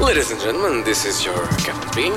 Ladies and gentlemen, this is your captain speaking.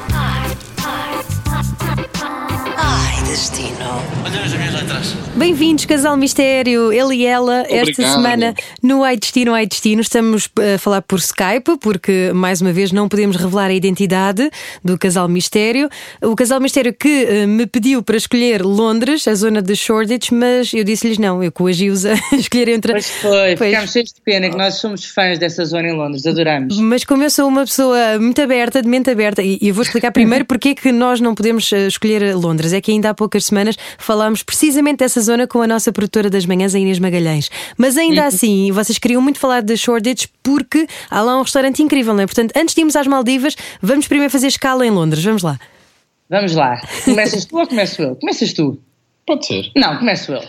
Ai, destino. Olha as minhas letras. Bem-vindos, Casal Mistério, ele e ela, esta Obrigado. semana no Ai Destino, Ai Destino. Estamos eh, a falar por Skype, porque mais uma vez não podemos revelar a identidade do Casal Mistério. O Casal Mistério que eh, me pediu para escolher Londres, a zona de Shoreditch, mas eu disse-lhes não, eu coagi-os a escolher entre. Pois foi, Pois. ficámos cheios de pena que nós somos fãs dessa zona em Londres, adoramos. Mas como eu sou uma pessoa muito aberta, de mente aberta, e e eu vou explicar primeiro porque é que nós não podemos eh, escolher Londres. É que ainda há poucas semanas falámos precisamente dessa zona com a nossa produtora das manhãs, a Inês Magalhães. Mas ainda assim, vocês queriam muito falar de Shoreditch porque há lá um restaurante incrível, não é? Portanto, antes de irmos às Maldivas, vamos primeiro fazer escala em Londres. Vamos lá. Vamos lá. Começas tu ou começo eu? Começas tu. Pode ser. Não, começo eu.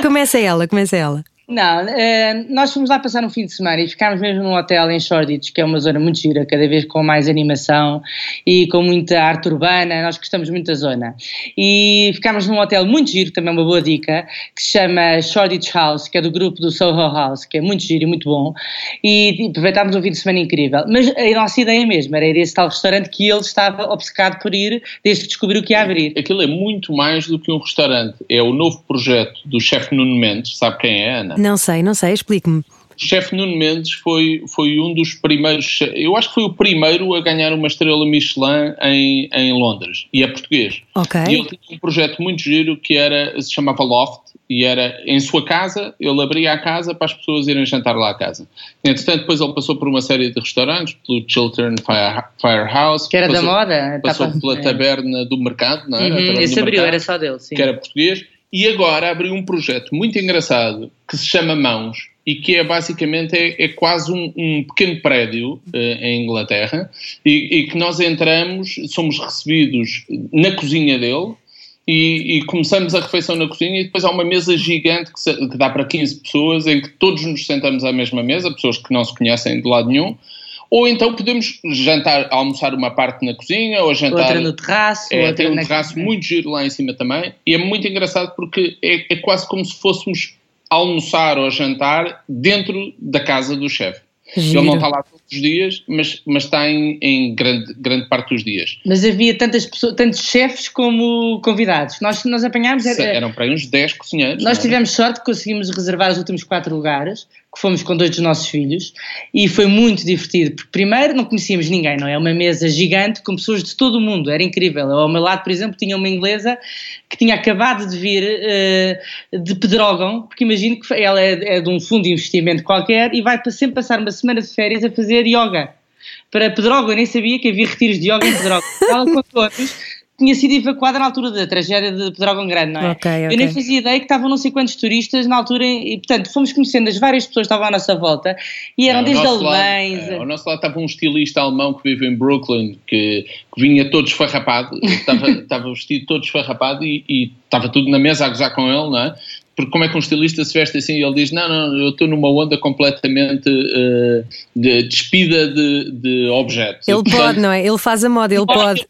Começa ela, começa ela. Não, eh, nós fomos lá passar um fim de semana e ficámos mesmo num hotel em Shoreditch, que é uma zona muito gira, cada vez com mais animação e com muita arte urbana, nós gostamos muito da zona. E ficámos num hotel muito giro, também é uma boa dica, que se chama Shoreditch House, que é do grupo do Soho House, que é muito giro e muito bom, e aproveitámos um fim de semana incrível. Mas a nossa ideia mesmo era ir a esse tal restaurante que ele estava obcecado por ir desde que descobriu que ia abrir. Aquilo é muito mais do que um restaurante. É o novo projeto do chefe Nuno Mendes. Sabe quem é, Ana? Não sei, não sei, explique-me. O chefe Nuno Mendes foi, foi um dos primeiros, che- eu acho que foi o primeiro a ganhar uma estrela Michelin em, em Londres. E é português. Ok. E ele tinha um projeto muito giro que era, se chamava Loft. E era em sua casa, ele abria a casa para as pessoas irem jantar lá à casa. Entretanto, depois ele passou por uma série de restaurantes, pelo Chiltern Fire- Firehouse. Que era da passou- moda, Passou tapa- pela é. taberna do mercado, não é? A Uhum, taberna do esse abriu, mercado era só dele, sim. que era português, e agora abriu um projeto muito engraçado que se chama Mãos e que é basicamente é, é quase um, um pequeno prédio eh, em Inglaterra e, e que nós entramos, somos recebidos na cozinha dele. E, e começamos a refeição na cozinha e depois há uma mesa gigante que, se- que dá para 15 pessoas em que todos nos sentamos à mesma mesa, pessoas que não se conhecem de lado nenhum, ou então podemos jantar, almoçar uma parte na cozinha ou jantar Outra no terraço, é, outra tem um na- terraço muito giro lá em cima também e é muito engraçado porque é, é quase como se fôssemos almoçar ou jantar dentro da casa do chefe. Ele Giro. não está lá todos os dias, mas, mas está em, em grande, grande parte dos dias. Mas havia tantas pessoas, tantos chefes como convidados. Nós, nós apanhámos. era- Se- Eram para aí uns 10 cozinheiros. é- nós não é? tivemos sorte que conseguimos reservar os últimos quatro lugares, que fomos com dois dos nossos filhos, e foi muito divertido, porque primeiro não conhecíamos ninguém, não é? Uma mesa gigante com pessoas de todo o mundo, era incrível. Eu, ao meu lado, por exemplo, tinha uma inglesa que tinha acabado de vir eh, de Pedrógão, porque imagino que ela é, é de um fundo de investimento qualquer e vai pa- sempre passar uma semana de férias a fazer yoga para Pedrógão. Eu nem sabia que havia retiros de yoga em Pedrógão. Ela contou-nos. que Tinha sido evacuada na altura da tragédia de Pedrógão Grande, não é? Ok, Eu ok. nem fazia ideia que estavam não sei quantos turistas na altura e, portanto, fomos conhecendo as várias pessoas que estavam à nossa volta e eram Ao desde É, nosso lado- alemães. é, ao nosso lado estava um estilista alemão que vive em Brooklyn, que, que vinha todo esfarrapado, estava, estava vestido todo esfarrapado e, e estava tudo na mesa a gozar com ele, não é? Porque como é que um estilista se veste assim? Ele diz, não, não, eu estou numa onda completamente eh, de- despida de, de objetos. Ele E, portanto, pode, não é? Ele faz a moda, ele pode.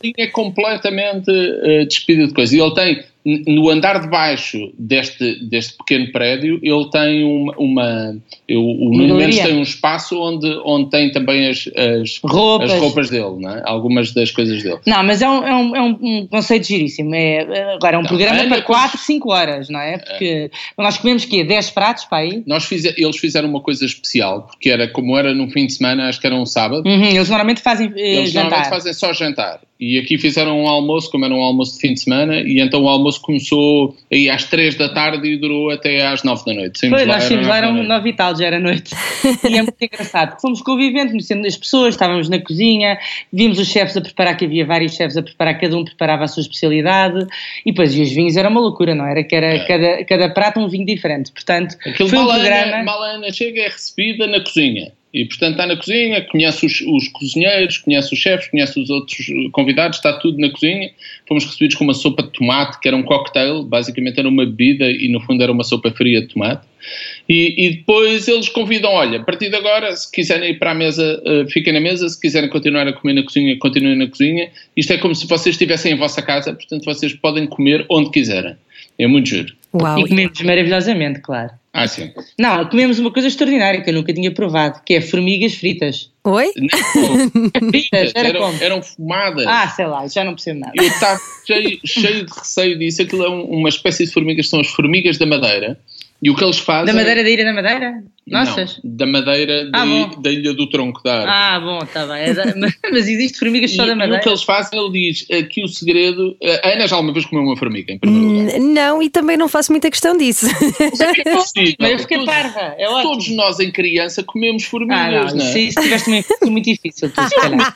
ele é completamente eh, despido de coisas. E ele tem, n- no andar de baixo deste, deste pequeno prédio, ele tem uma. uma eu, o Uma Nuno galeria. Mendes tem um espaço onde, onde tem também as, as, Roupas. as roupas dele, não é? algumas das coisas dele. Não, mas é um, é um- é um- um conceito giríssimo. É, é, agora, é um Não, programa Ana, para tu- 4, 5 horas, não é? Porque nós comemos quê? 10 pratos para aí? Nós fize- eles fizeram uma coisa especial, porque era como era num fim de semana, acho que era um sábado. Uhum, eles normalmente fazem eh, Eles jantar. normalmente fazem só jantar. E aqui fizeram um almoço, como era um almoço de fim de semana, e então o almoço começou aí às 3 da tarde e durou até às 9 da noite. Saímos Pois, nós eram tínhamos lá, nove da era um noite. nove e tal, já era noite. E é muito engraçado, porque fomos convivendo, conhecendo as pessoas, estávamos na cozinha, vimos os chefes a preparar, que havia vários chefes a preparar, cada um preparava a sua especialidade, e depois, e os vinhos era uma loucura, não era? Que era É. cada, cada prato um vinho diferente, portanto, Aquilo foi um mal, a programa... Ana, mal a Ana chega é recebida na cozinha. E, portanto, está na cozinha, conhece os, os cozinheiros, conhece os chefes, conhece os outros eh, convidados, está tudo na cozinha. Fomos recebidos com uma sopa de tomate, que era um cocktail, basicamente era uma bebida e, no fundo, era uma sopa fria de tomate. E, e depois eles convidam, olha, a partir de agora, se quiserem ir para a mesa, eh, fiquem na mesa, se quiserem continuar a comer na cozinha, continuem na cozinha. Isto é como se vocês estivessem em vossa casa, portanto, vocês podem comer onde quiserem. É muito giro. Uau. E comemos maravilhosamente, claro. Ah, sim. Não, comemos uma coisa extraordinária que eu nunca tinha provado, que é formigas fritas. Oi? Não, Fritas, era eram, como? eram fumadas. Ah, sei lá, já não percebo nada. Eu estava cheio, cheio de receio disso. Aquilo é um- uma espécie de formigas, são as formigas da madeira. E o que eles fazem. é- Da madeira da ilha da madeira? Nossas? Não, da madeira Ah, de- bom. da Ilha do Tronco da Árvore. Ah, bom, está bem. É da- Mas existe formigas E, só da e o madeira? que eles fazem, ele diz eh, que o segredo. A Ana já alguma vez comeu uma formiga, em primeiro lugar. N- Não, e também não faço muita questão disso. Sim, Hum. Mas eu fiquei todos- parva, é ótimo. Todos nós em criança comemos Ah, não, formigas, não, isso, é? isso tiveste uma infância muito difícil, tu, se calhar.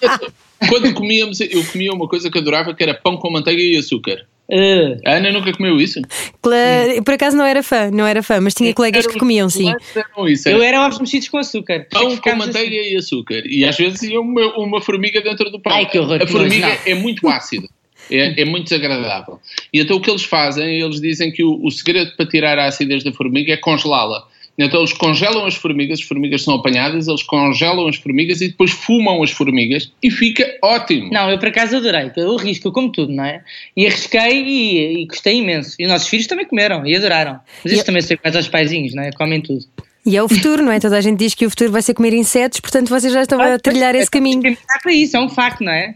Quando comíamos, eu comia uma coisa que adorava que era pão com manteiga e açúcar. Ah, A Ana nunca comeu isso? Cla- Por acaso não era fã, não era fã, mas tinha colegas Eram que comiam, sim. chocolates, eram isso, era eu era ovos mexidos com açúcar. assim. Pão com assim. Ficámos manteiga e açúcar. E às vezes ia uma, uma formiga dentro do pão. Ai, que horror, a que formiga nojo, é muito ácida. É, é muito desagradável. E então o que eles fazem, eles dizem que o, o segredo para tirar a acidez da formiga é congelá-la. Então eles congelam as formigas, as formigas são apanhadas, eles congelam as formigas e depois fumam as formigas e fica ótimo. Não, eu por acaso adorei, eu arrisco, eu como tudo, não é? E arrisquei e, e gostei imenso. E os nossos filhos também comeram e adoraram. Mas E- isto também serve mais aos paizinhos, não é? Comem tudo. E é o futuro, não é? Toda a gente diz que o futuro vai ser comer insetos, portanto vocês já estão a trilhar é esse caminho. Caminhar para isso, é um facto, não é?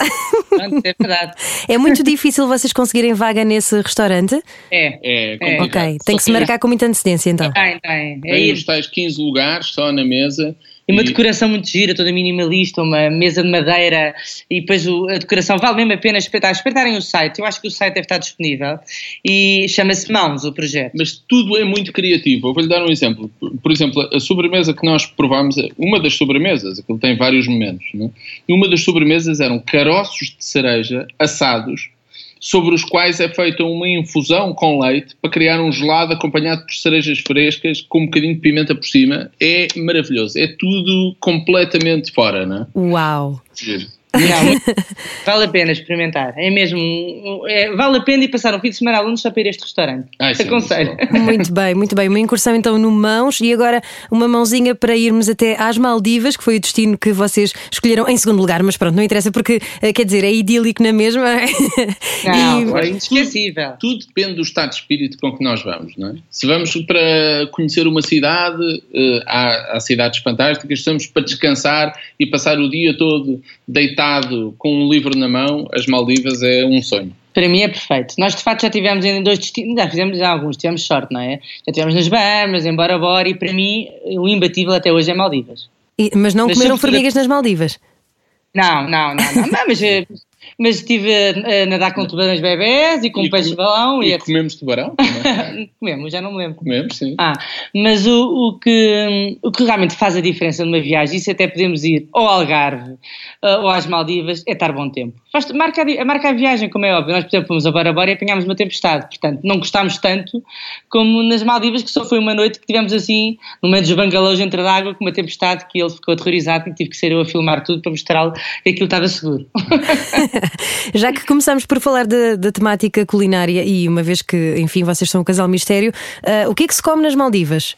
Pronto, é verdade. É muito difícil vocês conseguirem vaga nesse restaurante? É. É, É. complicado. Ok, tem que se Só marcar com muita antecedência então. Tem, tem. É Tem ir. os tais 15 lugares só na mesa. E uma decoração muito gira, toda minimalista, uma mesa de madeira e depois o- a decoração vale mesmo a pena espreitar. Espreitarem o site, eu acho que o site deve estar disponível e chama-se Mãos o projeto. mas tudo é muito criativo. Eu vou-lhe dar um exemplo. Por- Por exemplo, a sobremesa que nós provámos, uma das sobremesas, aquilo tem vários momentos, né? e uma das sobremesas eram caroços de cereja assados, sobre os quais é feita uma infusão com leite para criar um gelado acompanhado por cerejas frescas, com um bocadinho de pimenta por cima. É maravilhoso. É tudo completamente fora, não é? Uau! Não, é vale a pena experimentar, é mesmo, um- é- vale a pena ir passar um fim de semana alunos só para ir a este restaurante. Ai, sim, é Aconselho. muito Muito bem, muito bem. Uma incursão então no Mãos e agora uma mãozinha para irmos até às Maldivas, que foi o destino que vocês escolheram em segundo lugar, mas pronto, não interessa porque, eh, quer dizer, é idílico na mesma. é? Não, E- é inesquecível. Tudo depende do estado de espírito com que nós vamos, não é? Se vamos para conhecer uma cidade, eh, há, há cidades fantásticas, se vamos para descansar e passar o dia todo deitado com um livro na mão, as Maldivas é um sonho. Para mim é perfeito. Nós de facto já tivemos em dois destinos, já fizemos já alguns, tivemos sorte, não é? Já tivemos nas Bahamas, em Bora Bora e para mim o imbatível até hoje é Maldivas. e- mas não Mas comeram sobretudo- formigas nas Maldivas. Não, não, não, não, não, mas, eh, mas estive a, a nadar com tubarões bebés e com E peixe de come- balão e, E comemos tubarão? não é? a... comemos, já não me lembro. comemos, sim. Ah, mas o, o que, o que realmente faz a diferença numa viagem, isso até podemos ir ao Algarve ah, ou às Maldivas, é estar bom tempo. Faz, marca, a di- marca a viagem, como é óbvio. Nós, por exemplo, fomos a Bora Bora e apanhámos uma tempestade, portanto, não gostámos tanto como nas Maldivas, que só foi uma noite que tivemos assim, no meio dos bangalôs entre d'água, com uma tempestade que ele ficou aterrorizado e tive que ser eu a filmar tudo para mostrá-lo que aquilo estava seguro. Já que começamos por falar da, da temática culinária e uma vez que, enfim, vocês são um casal mistério, eh, o que é que se come nas Maldivas?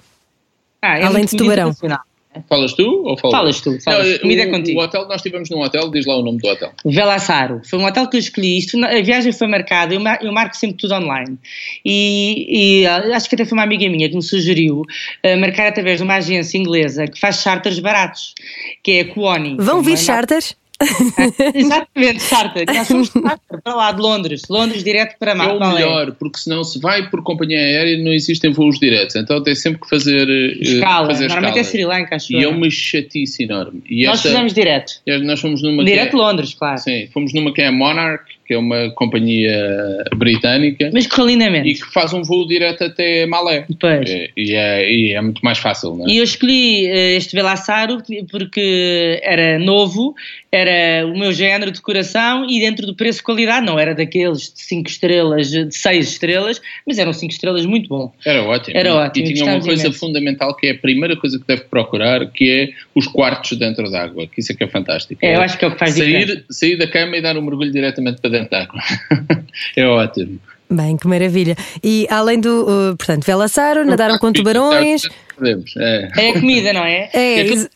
Ah, é Além muito de tubarão. internacional. Falas tu ou falas? Ah. Falas tu, falas. Não, eh, Comida o, é contigo. O hotel, nós estivemos num hotel, diz lá o nome do hotel. Velassaro. Foi um hotel que eu escolhi. Isto, a viagem foi marcada, eu, mar- eu marco sempre tudo online. E, e, ah, acho que até foi uma amiga minha que me sugeriu ah, marcar através de uma agência inglesa que faz charters baratos, que é a Kuoni. Vão vir Também dá- charters? Exatamente, charter. Nós somos charter para lá de Londres. Londres direto para é Mar. o melhor, porque senão se vai por companhia aérea não existem voos diretos. Então tem sempre que fazer eh, Escala. fazer Normalmente é escalas. Sri Lanka, acho E é eu. uma chatice enorme. E Nós esta- fizemos direto. É, Nós fomos numa Direto que é, Londres, claro. Sim, fomos numa que é a Monarch, que é uma companhia britânica Mas correu lindamente. e que faz um voo direto até Malé. Pois. É, E é, e é muito mais fácil, não é? E eu escolhi eh, este Velassaro porque era novo, era o meu género de coração e dentro do preço-qualidade, não era daqueles de 5 estrelas, de 6 estrelas, mas eram 5 estrelas muito bom. Era ótimo. Era ótimo, E tinha uma gostávamos coisa imenso. fundamental que é a primeira coisa que deve procurar, que é os quartos dentro d'água, que isso é que é fantástico. É, eu acho que é o que faz diferença. sair, sair da cama e dar um mergulho diretamente para dentro d'água. é ótimo. Bem, que maravilha. E além do, eh, portanto, Velassaro, nadaram com tubarões, Podemos. É. É a comida, não é? Então, É, ex-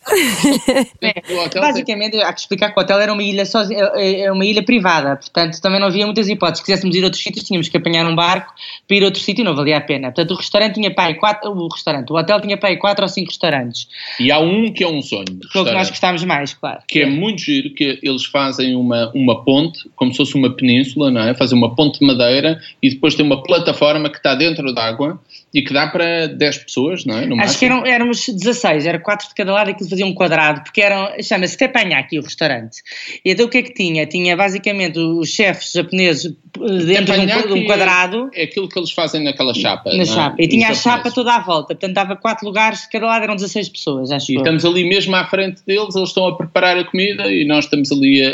O hotel tem- Basicamente, há que explicar que o hotel era uma ilha sozinha, é é uma ilha privada, portanto também não havia muitas hipóteses. Se quiséssemos ir a outros sítios, tínhamos que apanhar um barco para ir a outro sítio e não valia a pena. Portanto, o restaurante tinha pai quatro, o restaurante, o hotel tinha pai quatro ou cinco restaurantes, E há um que é um sonho. que é o que restaurante, nós gostámos mais, claro. que é muito giro, que eles fazem uma, uma ponte, como se fosse uma península, não é? Fazem uma ponte de madeira e depois tem uma plataforma que está dentro d'água e que dá para 10 pessoas, não é? No Acho máximo. que eram, éramos 16, era 4 de cada lado, aquilo fazia um quadrado, porque eram, chama-se Teppanyaki o restaurante. E então o que é que tinha? Tinha basicamente os chefes japoneses eh, dentro de um- de um, Teppanyaki quadrado, É aquilo que eles fazem naquela chapa. não na é? chapa, e tinha a Os chapa japoneses. toda à volta, portanto dava 4 lugares, de cada lado eram 16 pessoas, acho E eu. estamos ali mesmo à frente deles, eles estão a preparar a comida e nós estamos ali a, a-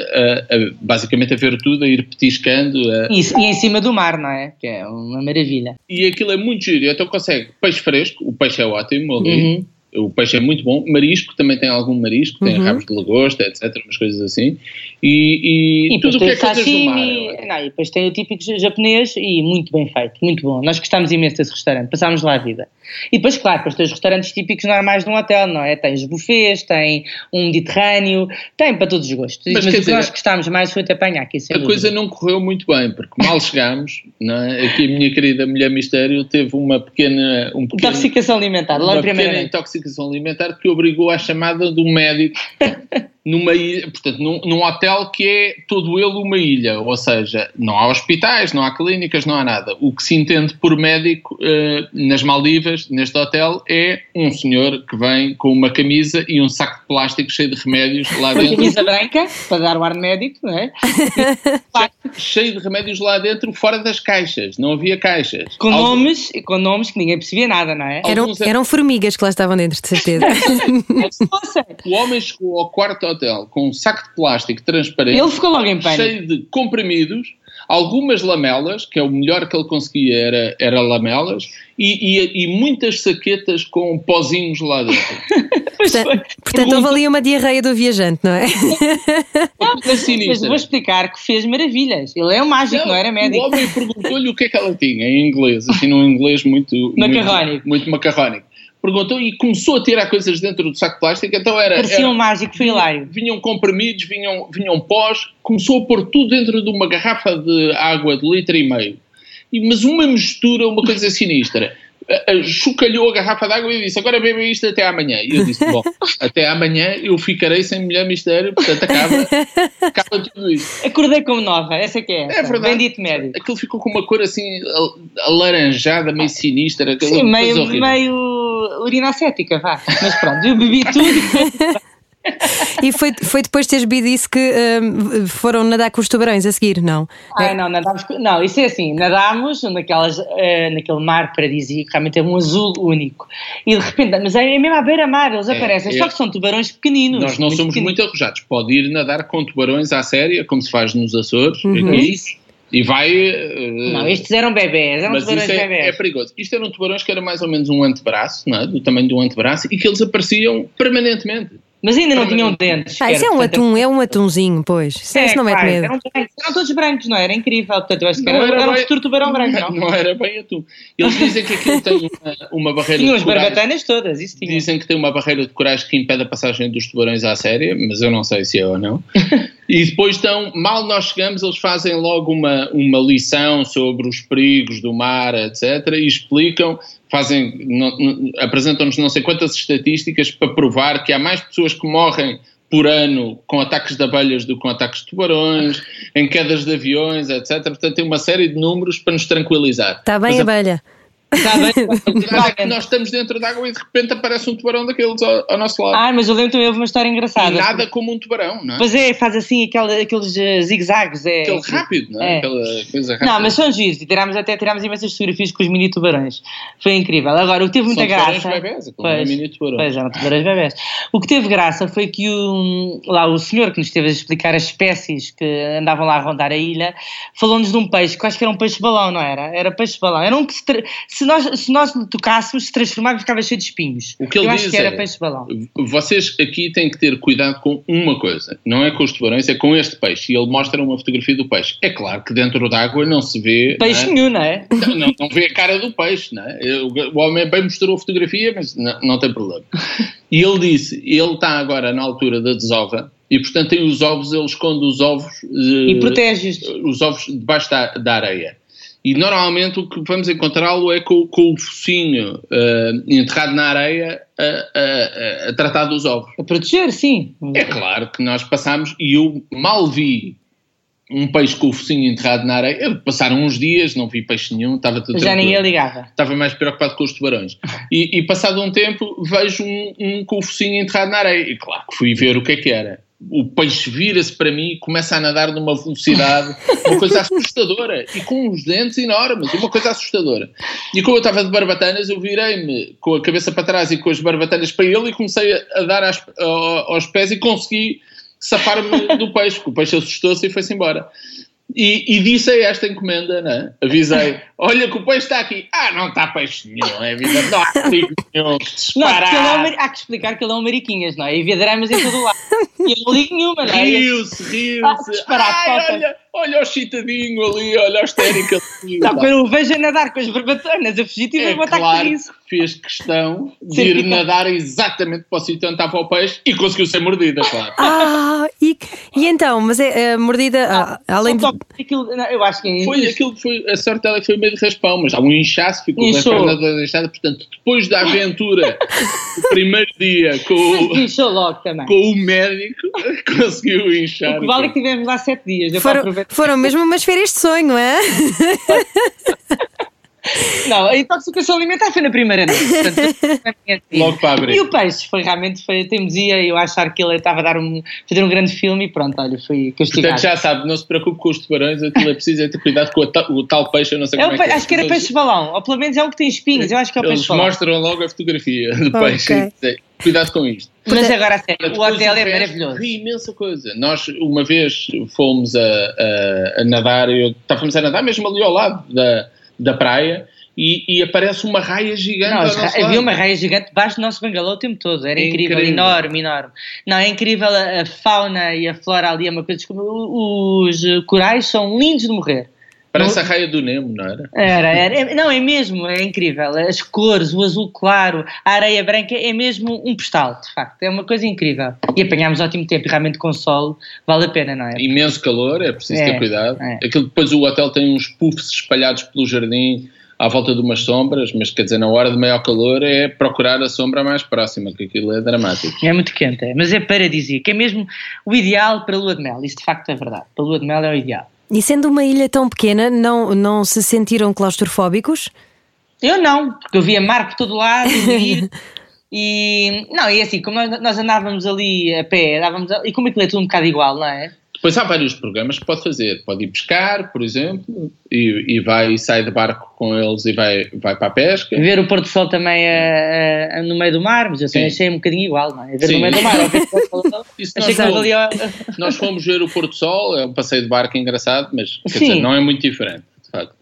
a- basicamente a ver tudo, a ir petiscando. a- Isso, e em cima do mar, não é? Que é uma maravilha. E aquilo é muito giro. Então consegue peixe fresco, o peixe é ótimo ali. Uhum. O peixe é muito bom. Marisco, também tem algum marisco, tem rabos de lagosta, etc. Umas coisas assim. E, e E depois tudo o que tem é coisas do mar. sashimi, não, e depois tem o típico ja- japonês e muito bem feito, muito bom. Nós gostámos imenso desse restaurante, passámos lá a vida. E depois, claro, depois tem os restaurantes típicos normais de um hotel, não é? Tem os buffets, tem um mediterrâneo, tem para todos os gostos. Mas, Mas, quer o que nós dizer, gostámos mais foi até apanhar aqui, sem A coisa dúvida. não correu muito bem, porque mal chegámos, não é? aqui a minha querida mulher mistério teve uma pequena... Um pequeno, Intoxicação alimentar, uma Tá, logo pequena primeiramente. intoxicação alimentar que obrigou à chamada de um médico numa ilha, portanto, num, num hotel que é todo ele uma ilha, ou seja, não há hospitais, não há clínicas, não há nada. O que se entende por médico eh, nas Maldivas, neste hotel, é um senhor que vem com uma camisa e um saco de plástico cheio de remédios lá Uma dentro, camisa branca, para dar o ar médico, não é? cheio de remédios lá dentro, fora das caixas, não havia caixas. Com Algum- nomes, com nomes que ninguém percebia nada, não é? eram, alguns é- eram formigas que lá estavam dentro, de certeza. O homem chegou ao quarto hotel com um saco de plástico transparente. Ele ficou logo em pânico. cheio de comprimidos, algumas lamelas, que é o melhor que ele conseguia era, era lamelas, e, e- e muitas saquetas com pozinhos lá dentro. Portanto, portanto, houve ali uma diarreia do viajante, não é? Coisa Mas sinistra. vou explicar que fez maravilhas. Ele é um mágico, não, era O médico. homem perguntou-lhe o que é que ela tinha em inglês, assim num inglês muito Muito, Macarrónico. muito macarrónico. Perguntou e começou a tirar coisas dentro do saco de plástico, então era. Parecia era- um mágico, foi hilário. Vinham comprimidos, vinham, vinham pós, começou a pôr tudo dentro de uma garrafa de água de litro e meio. E, mas uma mistura, uma coisa sinistra. A- a- Chocalhou a garrafa de água e disse: Agora beba isto até amanhã. E eu disse: Bom, até amanhã eu ficarei sem mulher mistério, portanto acaba, acaba tudo isto. Acordei como nova, essa que é. Essa. É verdade. Bendito médico. Aquilo ficou com uma cor assim al- alaranjada, meio sinistra. aquela Sim, coisa meio, horrível. meio urina acética, vá. Mas pronto, eu bebi tudo. E foi, foi depois de teres bebido isso que hum, foram nadar com os tubarões a seguir, não? Ai, Ah, não, nadámos. com- Não, isso é assim, nadámos naquelas, eh, naquele mar paradisíaco, realmente é um azul único. E de repente, mas é mesmo à beira-mar, eles É, aparecem. é. Só que são tubarões pequeninos. Nós não somos pequeninos. muito arrojados. Pode ir nadar com tubarões à séria, como se faz nos Açores, aqui, e vai. eh, Uhum. Não, estes eram bebés, eram mas tubarões isso é, é bebés. perigoso. Isto eram tubarões que era mais ou menos um antebraço, não é? do tamanho de um antebraço, e que eles apareciam permanentemente. Mas ainda não Ah, tinham mas- dentes. Ah, isso é quero, um portanto, atum, é um atumzinho, pois. Isso, é, isso não mete claro, medo. Eram, brancos, eram todos brancos, não é? era? Incrível. Portanto, eu acho que Não era, era era um bem- futuro tubarão branco, não? Não era bem atum. Eles dizem que aquilo tem uma, uma barreira Tinham as de corais. barbatanas todas, isso tinha. Dizem que tem uma barreira de corais que impede a passagem dos tubarões à séria, mas eu não sei se é ou não. e depois estão, mal nós chegamos, eles fazem logo uma, uma lição sobre os perigos do mar, etc. E explicam, fazem, não- não- apresentam-nos não sei quantas estatísticas para provar que há mais pessoas que morrem por ano com ataques de abelhas do que com ataques de tubarões, em quedas de aviões, etc. Portanto, tem uma série de números para nos tranquilizar. Está Tá bem, Mas a abelha. Está verdade é que Tá bem. nós estamos dentro de água e de repente aparece um tubarão daqueles ao, ao nosso lado. Ah, mas eu lembro também houve uma história E engraçada. nada como um tubarão, não é? Ah, Pois é, faz assim aquele, aqueles eh, zigue-zagues. É, Aquele rápido, não é? É. Aquela coisa rápida. Não, mas são giros. E tirámos até tirámos imensas fotografias com os mini tubarões. Foi incrível. Agora, o que teve São muita tubarões graça. bebés, aquilo não é mini tubarão. Pois, eram tubarões bebés. O que teve graça foi que o, lá o senhor que nos esteve a explicar as espécies que andavam lá a rondar a ilha falou-nos de um peixe, que eu acho que era um peixe-balão, não era? Era peixe-balão. Era um que se, tra- se se nós, se nós lhe tocássemos, se transformava ficava cheio de espinhos. O que ele Eu acho diz que era é- peixe-balão. Vocês aqui têm que ter cuidado com uma coisa. Não é com os tubarões, é com este peixe. E ele mostra uma fotografia do peixe. É claro que dentro d'água não se vê. Peixe não é? nenhum, não é? Não, não, não vê a cara do peixe, não é? O homem bem mostrou a fotografia, mas não, não tem problema. E ele disse, ele está agora na altura da desova e, portanto, tem os ovos, ele esconde os ovos... E eh, protege-os. os ovos debaixo da, da areia. E normalmente o que vamos encontrá-lo é com, com o focinho eh, enterrado na areia a- a- a- a tratar dos ovos. A proteger, sim. É claro que nós passámos, e eu mal vi um peixe com o focinho enterrado na areia. Eu- Passaram uns dias, não vi peixe nenhum, estava tudo Já tranquilo. ninguém ligava. Estava mais preocupado com os tubarões. E, e passado um tempo vejo um, um com o focinho enterrado na areia. E claro que fui ver o que é que era. O peixe vira-se para mim e começa a nadar numa velocidade, uma coisa assustadora, e com uns dentes enormes, uma coisa assustadora. E como eu estava de barbatanas, eu virei-me com a cabeça para trás e com as barbatanas para ele e comecei a, a dar às- a- aos pés e consegui safar-me do peixe, porque o peixe assustou-se e foi-se embora. E, e disse a esta encomenda, né? avisei, olha que o peixe está aqui. Ah, não está peixe nenhum, é evidente, não há perigo nenhum, que Não, porque ele é um disparado. mari- há que explicar que ele é um mariquinhas, não é? E havia dramas em todo o lado. E eu não ligo nenhuma, não é? E- Riu-se, Ah, riu-se. disparado, Ai, falta. olha, olha o chitadinho ali, olha o histérico ali. Não, quando eu o vejo a nadar com as barbatanas a fugir, tive É um ataque claro de riso. que fez questão de Sim. ir nadar exatamente para o sítio onde estava o peixe e conseguiu ser mordida, claro. Ah, e, e então, mas é a mordida, ah, além de. Só um que aquilo- não, eu acho que Foi aquilo que foi, a sorte dela foi meio de raspão, mas há um inchaço, ficou bem a Inchou. perna toda inchada. Portanto, depois da aventura, o primeiro dia com, o- Inchou logo também. com o médico, conseguiu inchar. então. O que vale é que tivemos lá sete dias. Deu para Foram, aproveitar. foram mesmo umas férias de sonho, não é? Não, a intoxicação alimentar foi na primeira noite. portanto, foi na minha tia. Logo para abrir. E o peixe foi realmente foi a teimosia e eu achar que ele estava a dar um, fazer um grande filme e pronto, olha, fui castigado. Portanto, já sabe, não se preocupe com os tubarões, aquilo é preciso é ter cuidado com a ta- o tal peixe, eu não sei É como o é que pe- é. acho que era Eles- peixe-balão, ou pelo menos é um que tem espinhos, eu acho que é o Eles peixe-balão. mostram logo a fotografia do Ok. peixe. e dizem, Cuidado com isto. Mas agora a sério, o Depois hotel é resto maravilhoso. É imensa coisa. Nós, uma vez, fomos a, a- a nadar, eu, estávamos a nadar mesmo ali ao lado da, da praia e, e aparece uma raia gigante. Não, ao as ra- nosso havia lado. uma raia gigante debaixo do nosso bangalô o tempo todo, era É incrível, incrível. enorme, enorme. Não, é incrível a, a fauna e a flora ali, é uma coisa. descob- o- Os eh, corais são lindos de morrer. Parece a raia do Nemo, não era? Era, era. É- não, é mesmo, é incrível. As cores, o azul claro, a areia branca, é mesmo um postal, de facto. É uma coisa incrível. E apanhámos ótimo tempo e realmente com sol vale a pena, não é? Imenso calor, é preciso É, ter cuidado. é. Aquilo, depois o hotel tem uns puffs espalhados pelo jardim à volta de umas sombras, mas quer dizer, na hora de maior calor é procurar a sombra mais próxima, que aquilo é dramático. É muito quente, é. mas é paradisíaco. É mesmo o ideal para a lua de mel. Isso de facto é verdade. Para a lua de mel é o ideal. E sendo uma ilha tão pequena, não, não se sentiram claustrofóbicos? Eu não, porque eu via mar por todo lado e vi- E não, e assim, como nós, nós andávamos ali a pé, andávamos a- e como aquilo é tudo um bocado igual, não é? Depois há vários programas que pode fazer. Pode ir pescar, por exemplo, e, e vai e sai de barco com eles e vai, vai para a pesca. Ver o pôr do sol também a- a- a- no meio do mar, mas eu também Sim. achei um bocadinho igual, não é? Ver Sim. no meio do mar, ao ver o pôr do sol, Isso nós achei que fomos. ali ó, Nós fomos ver o Porto Sol, é um passeio de barco engraçado, mas quer Sim. dizer, não é muito diferente, de facto.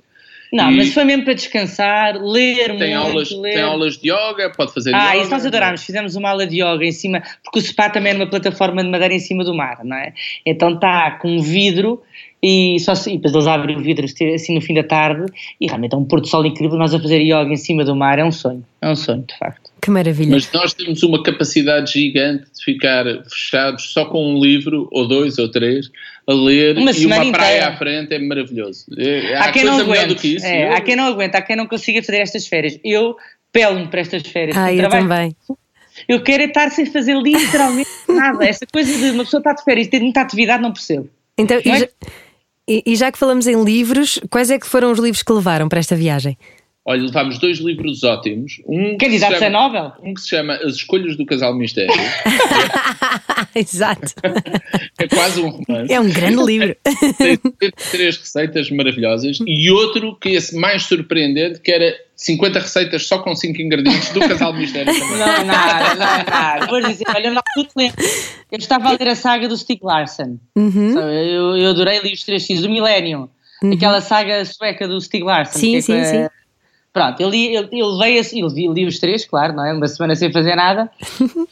Não, E- mas foi mesmo para descansar, ler muito, Tem aulas, É, ler. tem aulas de yoga, pode fazer Ah, yoga. isso nós adorámos. Fizemos uma aula de yoga em cima, porque o spa também era uma plataforma de madeira em cima do mar, não é? Então está com um vidro e, só se, e depois eles abrem o vidro assim no fim da tarde e realmente é um pôr do sol incrível. Nós a fazer yoga em cima do mar é um sonho, é um sonho de facto. Que maravilha. Mas nós temos uma capacidade gigante de ficar fechados só com um livro, ou dois, ou três, a ler Uma e uma semana praia inteira. à frente é maravilhoso. É, Há quem não coisa melhor aguente, do que isso. é, Eu- há quem não aguenta, há quem não consiga fazer estas férias. Eu pelo-me para estas férias. Ah, porque eu trabalho- também. Eu quero é estar sem fazer literalmente nada. Essa coisa de uma pessoa estar de férias e ter muita atividade, não percebo. Então, e Não é já, e- e já que falamos em livros, quais é que foram os livros que levaram para esta viagem? Olha, levámos dois livros ótimos. Um que se Candidatos a chama- é Nobel? Um que se chama As Escolhas do Casal Mistério. Exato. É quase um romance. É um grande livro. Tem três receitas maravilhosas. E outro que é mais surpreendente, que era 50 receitas só com 5 ingredientes do Casal Mistério também. Não é nada, não é nada. Vou dizer, olha, eu não tudo lembro. Eu estava a ler a saga do Stig Larsson. Uhum. Sabe, Eu, eu adorei li os três filhos do Millennium. Aquela saga sueca do Stig Larsson. Sim, que é sim, com a- sim. Pronto, eu li, eu, eu levei esse- assim, eu li, li os três, claro, não é? Uma semana sem fazer nada.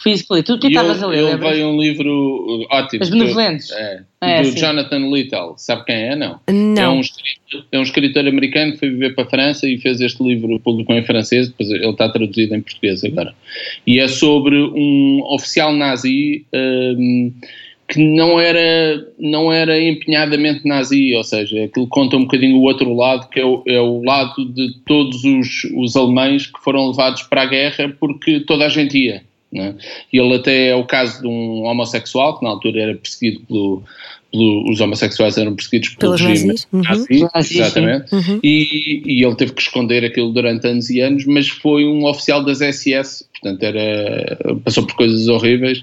Fiz isso ali. Tu tu E estavas a eu, ler, eu lembras? levei um livro uh, ótimo. As do- Benevolentes. é, É, do sim. Jonathan Little. Sabe quem é, não? Não. É um, escritor, é um escritor americano que foi viver para a França e fez este livro, publicou em francês, depois ele está traduzido em português agora. E é sobre um oficial nazi hum, que não era, não era empenhadamente nazi, ou seja, aquilo conta um bocadinho o outro lado, que é o, é o lado de todos os, os alemães que foram levados para a guerra porque toda a gente ia. né? E ele até é o caso de um homossexual, que na altura era perseguido pelo, pelo- os homossexuais eram perseguidos pelo Pelos regime nazis, uhum. nazi, Ah, sim, sim. exatamente. E, e ele teve que esconder aquilo durante anos e anos, mas foi um oficial das SS, portanto era, passou por coisas horríveis,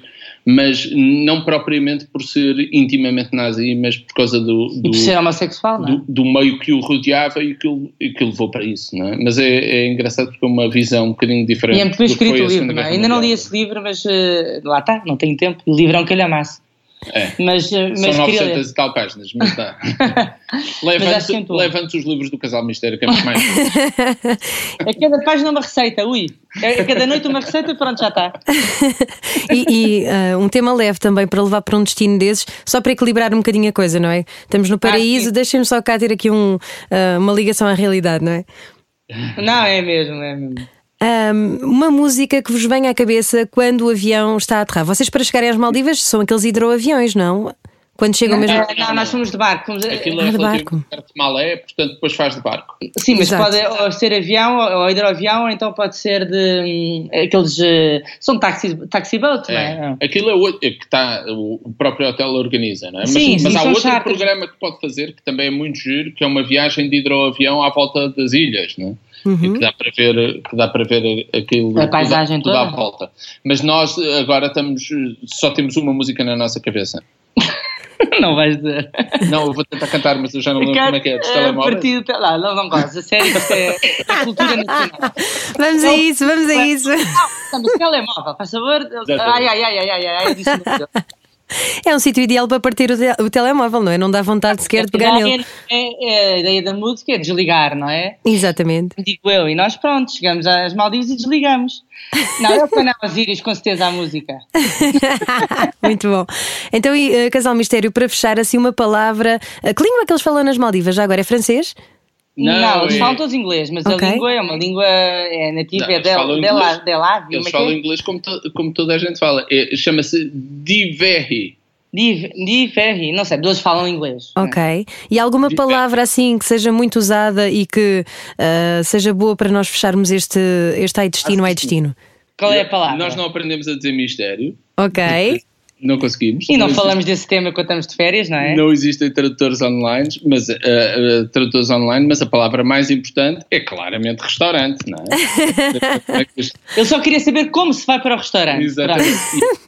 mas não propriamente por ser intimamente nazi, mas por causa do, E do, por ser homossexual, não é? do, do meio que o rodeava e que, o- e que o levou para isso, não é? Mas é, é engraçado porque é uma visão um bocadinho diferente. E é muito bem do que foi escrito o a livro, Segunda não é? Guerra Ainda não li Mundial. esse livro, mas eh, lá está, não tenho tempo. O livro é um calhamaço. É. Mas, eh, mas São 900 queria ler. e tal páginas, mas dá. acho que Levante é tudo. levante os livros do Casal Mistério, que é muito mais. A cada página uma receita, ui. A a cada noite uma receita e pronto, já está. E, e, ah, um tema leve também para levar para um destino desses, só para equilibrar um bocadinho a coisa, não é? Estamos no paraíso, sim. deixem-me só cá ter aqui um, ah, uma ligação à realidade, não é? Não, é mesmo, é mesmo. Ahm, uma música que vos venha à cabeça quando o avião está a aterrar. Vocês, para chegarem às Maldivas, são aqueles hidroaviões, não? Quando chegam mesmo. Ah, não, nós fomos de barco. fomos- Aquilo Ah, é de relativo barco. perto de Malé, é, portanto depois faz de barco. Sim, mas Exato. pode ou ser avião ou ou hidroavião, ou então pode ser de hum, aqueles. eh, São taxi, taxi boat, não é? É. Aquilo é outro, é que tá, o o próprio hotel organiza, não é? Mas, Sim, mas sim, há são outro charters. programa que pode fazer, que também é muito giro, que é uma viagem de hidroavião à volta das ilhas, não é? Uhum. E que dá para ver, que dá para ver aquilo A paisagem tudo, à- tudo toda. à volta. Mas nós eh, agora estamos, eh, só temos uma música na nossa cabeça. Não vais dizer. Não, eu vou tentar cantar, mas eu já não lembro como é que é, dos a telemóveis. partir do te- lá, não, não gosto, a sério, isto é, é cultura nacional. Vamos a isso, vamos a isso. Estamos telemóvel, faz favor. Ai, ai, ai, ai, ai, ai, disse no meu. É um sítio ideal para partir o, te- o telemóvel, não é? Não dá vontade sequer de pegar nele. É, é a ideia da música é desligar, não é? Exatamente. Digo eu, e nós pronto, chegamos às Maldivas e desligamos. Não, eu para os íris, com certeza, à música. Muito bom. Então, e, eh, Casal Mistério, para fechar, assim uma palavra. eh, que língua é que eles falam nas Maldivas? Já agora é francês? Não, eles é- falam todos inglês, mas Ok. a língua é uma língua é nativa, Não, é eles falam del, dela, inglês. dela, como Eles é que falam é? inglês como, to- como toda a gente fala. É- Chama-se Diverri. Div- Difere, não sei, eles falam inglês. Ok. E alguma palavra assim que seja muito usada e que eh, seja boa para nós fecharmos este, este ai destino, ai destino? Qual é a palavra? Nós não aprendemos a dizer mistério, Ok. não conseguimos. E não existe- falamos desse tema quando estamos de férias, não é? Não existem tradutores online, mas, eh, eh, tradutores online, mas a palavra mais importante é claramente restaurante, não é? Eu só queria saber como se vai para o restaurante. Exatamente.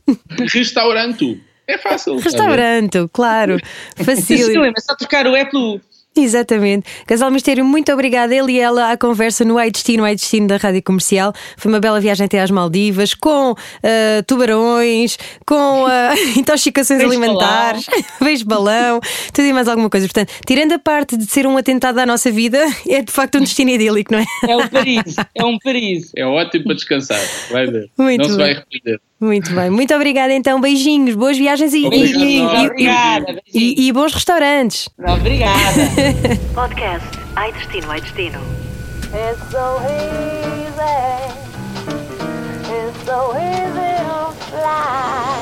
Pronto. Restaurante. É fácil. Restaurante, claro. Facílimo. Sim, mas só trocar o E pelo U. Exatamente. Casal Mistério, muito obrigada. Ele e ela à conversa no Ai Destino, Ai Destino da Rádio Comercial. Foi uma bela viagem até às Maldivas, com ah, tubarões, com ah, intoxicações Beijo alimentares, beijo balão, tudo e mais alguma coisa. Portanto, tirando a parte de ser um atentado à nossa vida, é de facto um destino idílico, não é? É o Paris, é um Paris. É ótimo para descansar. Vai ver. Muito não se vai bem. arrepender. Muito bem. Muito obrigada então. Beijinhos, boas viagens e, Obrigado. Beijinhos, E- obrigada. beijinhos. e- e bons restaurantes. Obrigada. Podcast Ai Destino, Ai Destino. It's so easy. It's so easy to fly.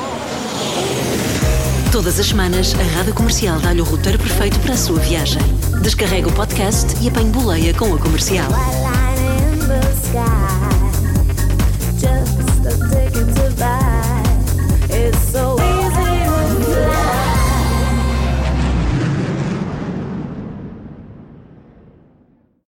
Todas as semanas, a Rádio Comercial dá-lhe o roteiro perfeito para a sua viagem. Descarrega o podcast e apanhe boleia com a comercial.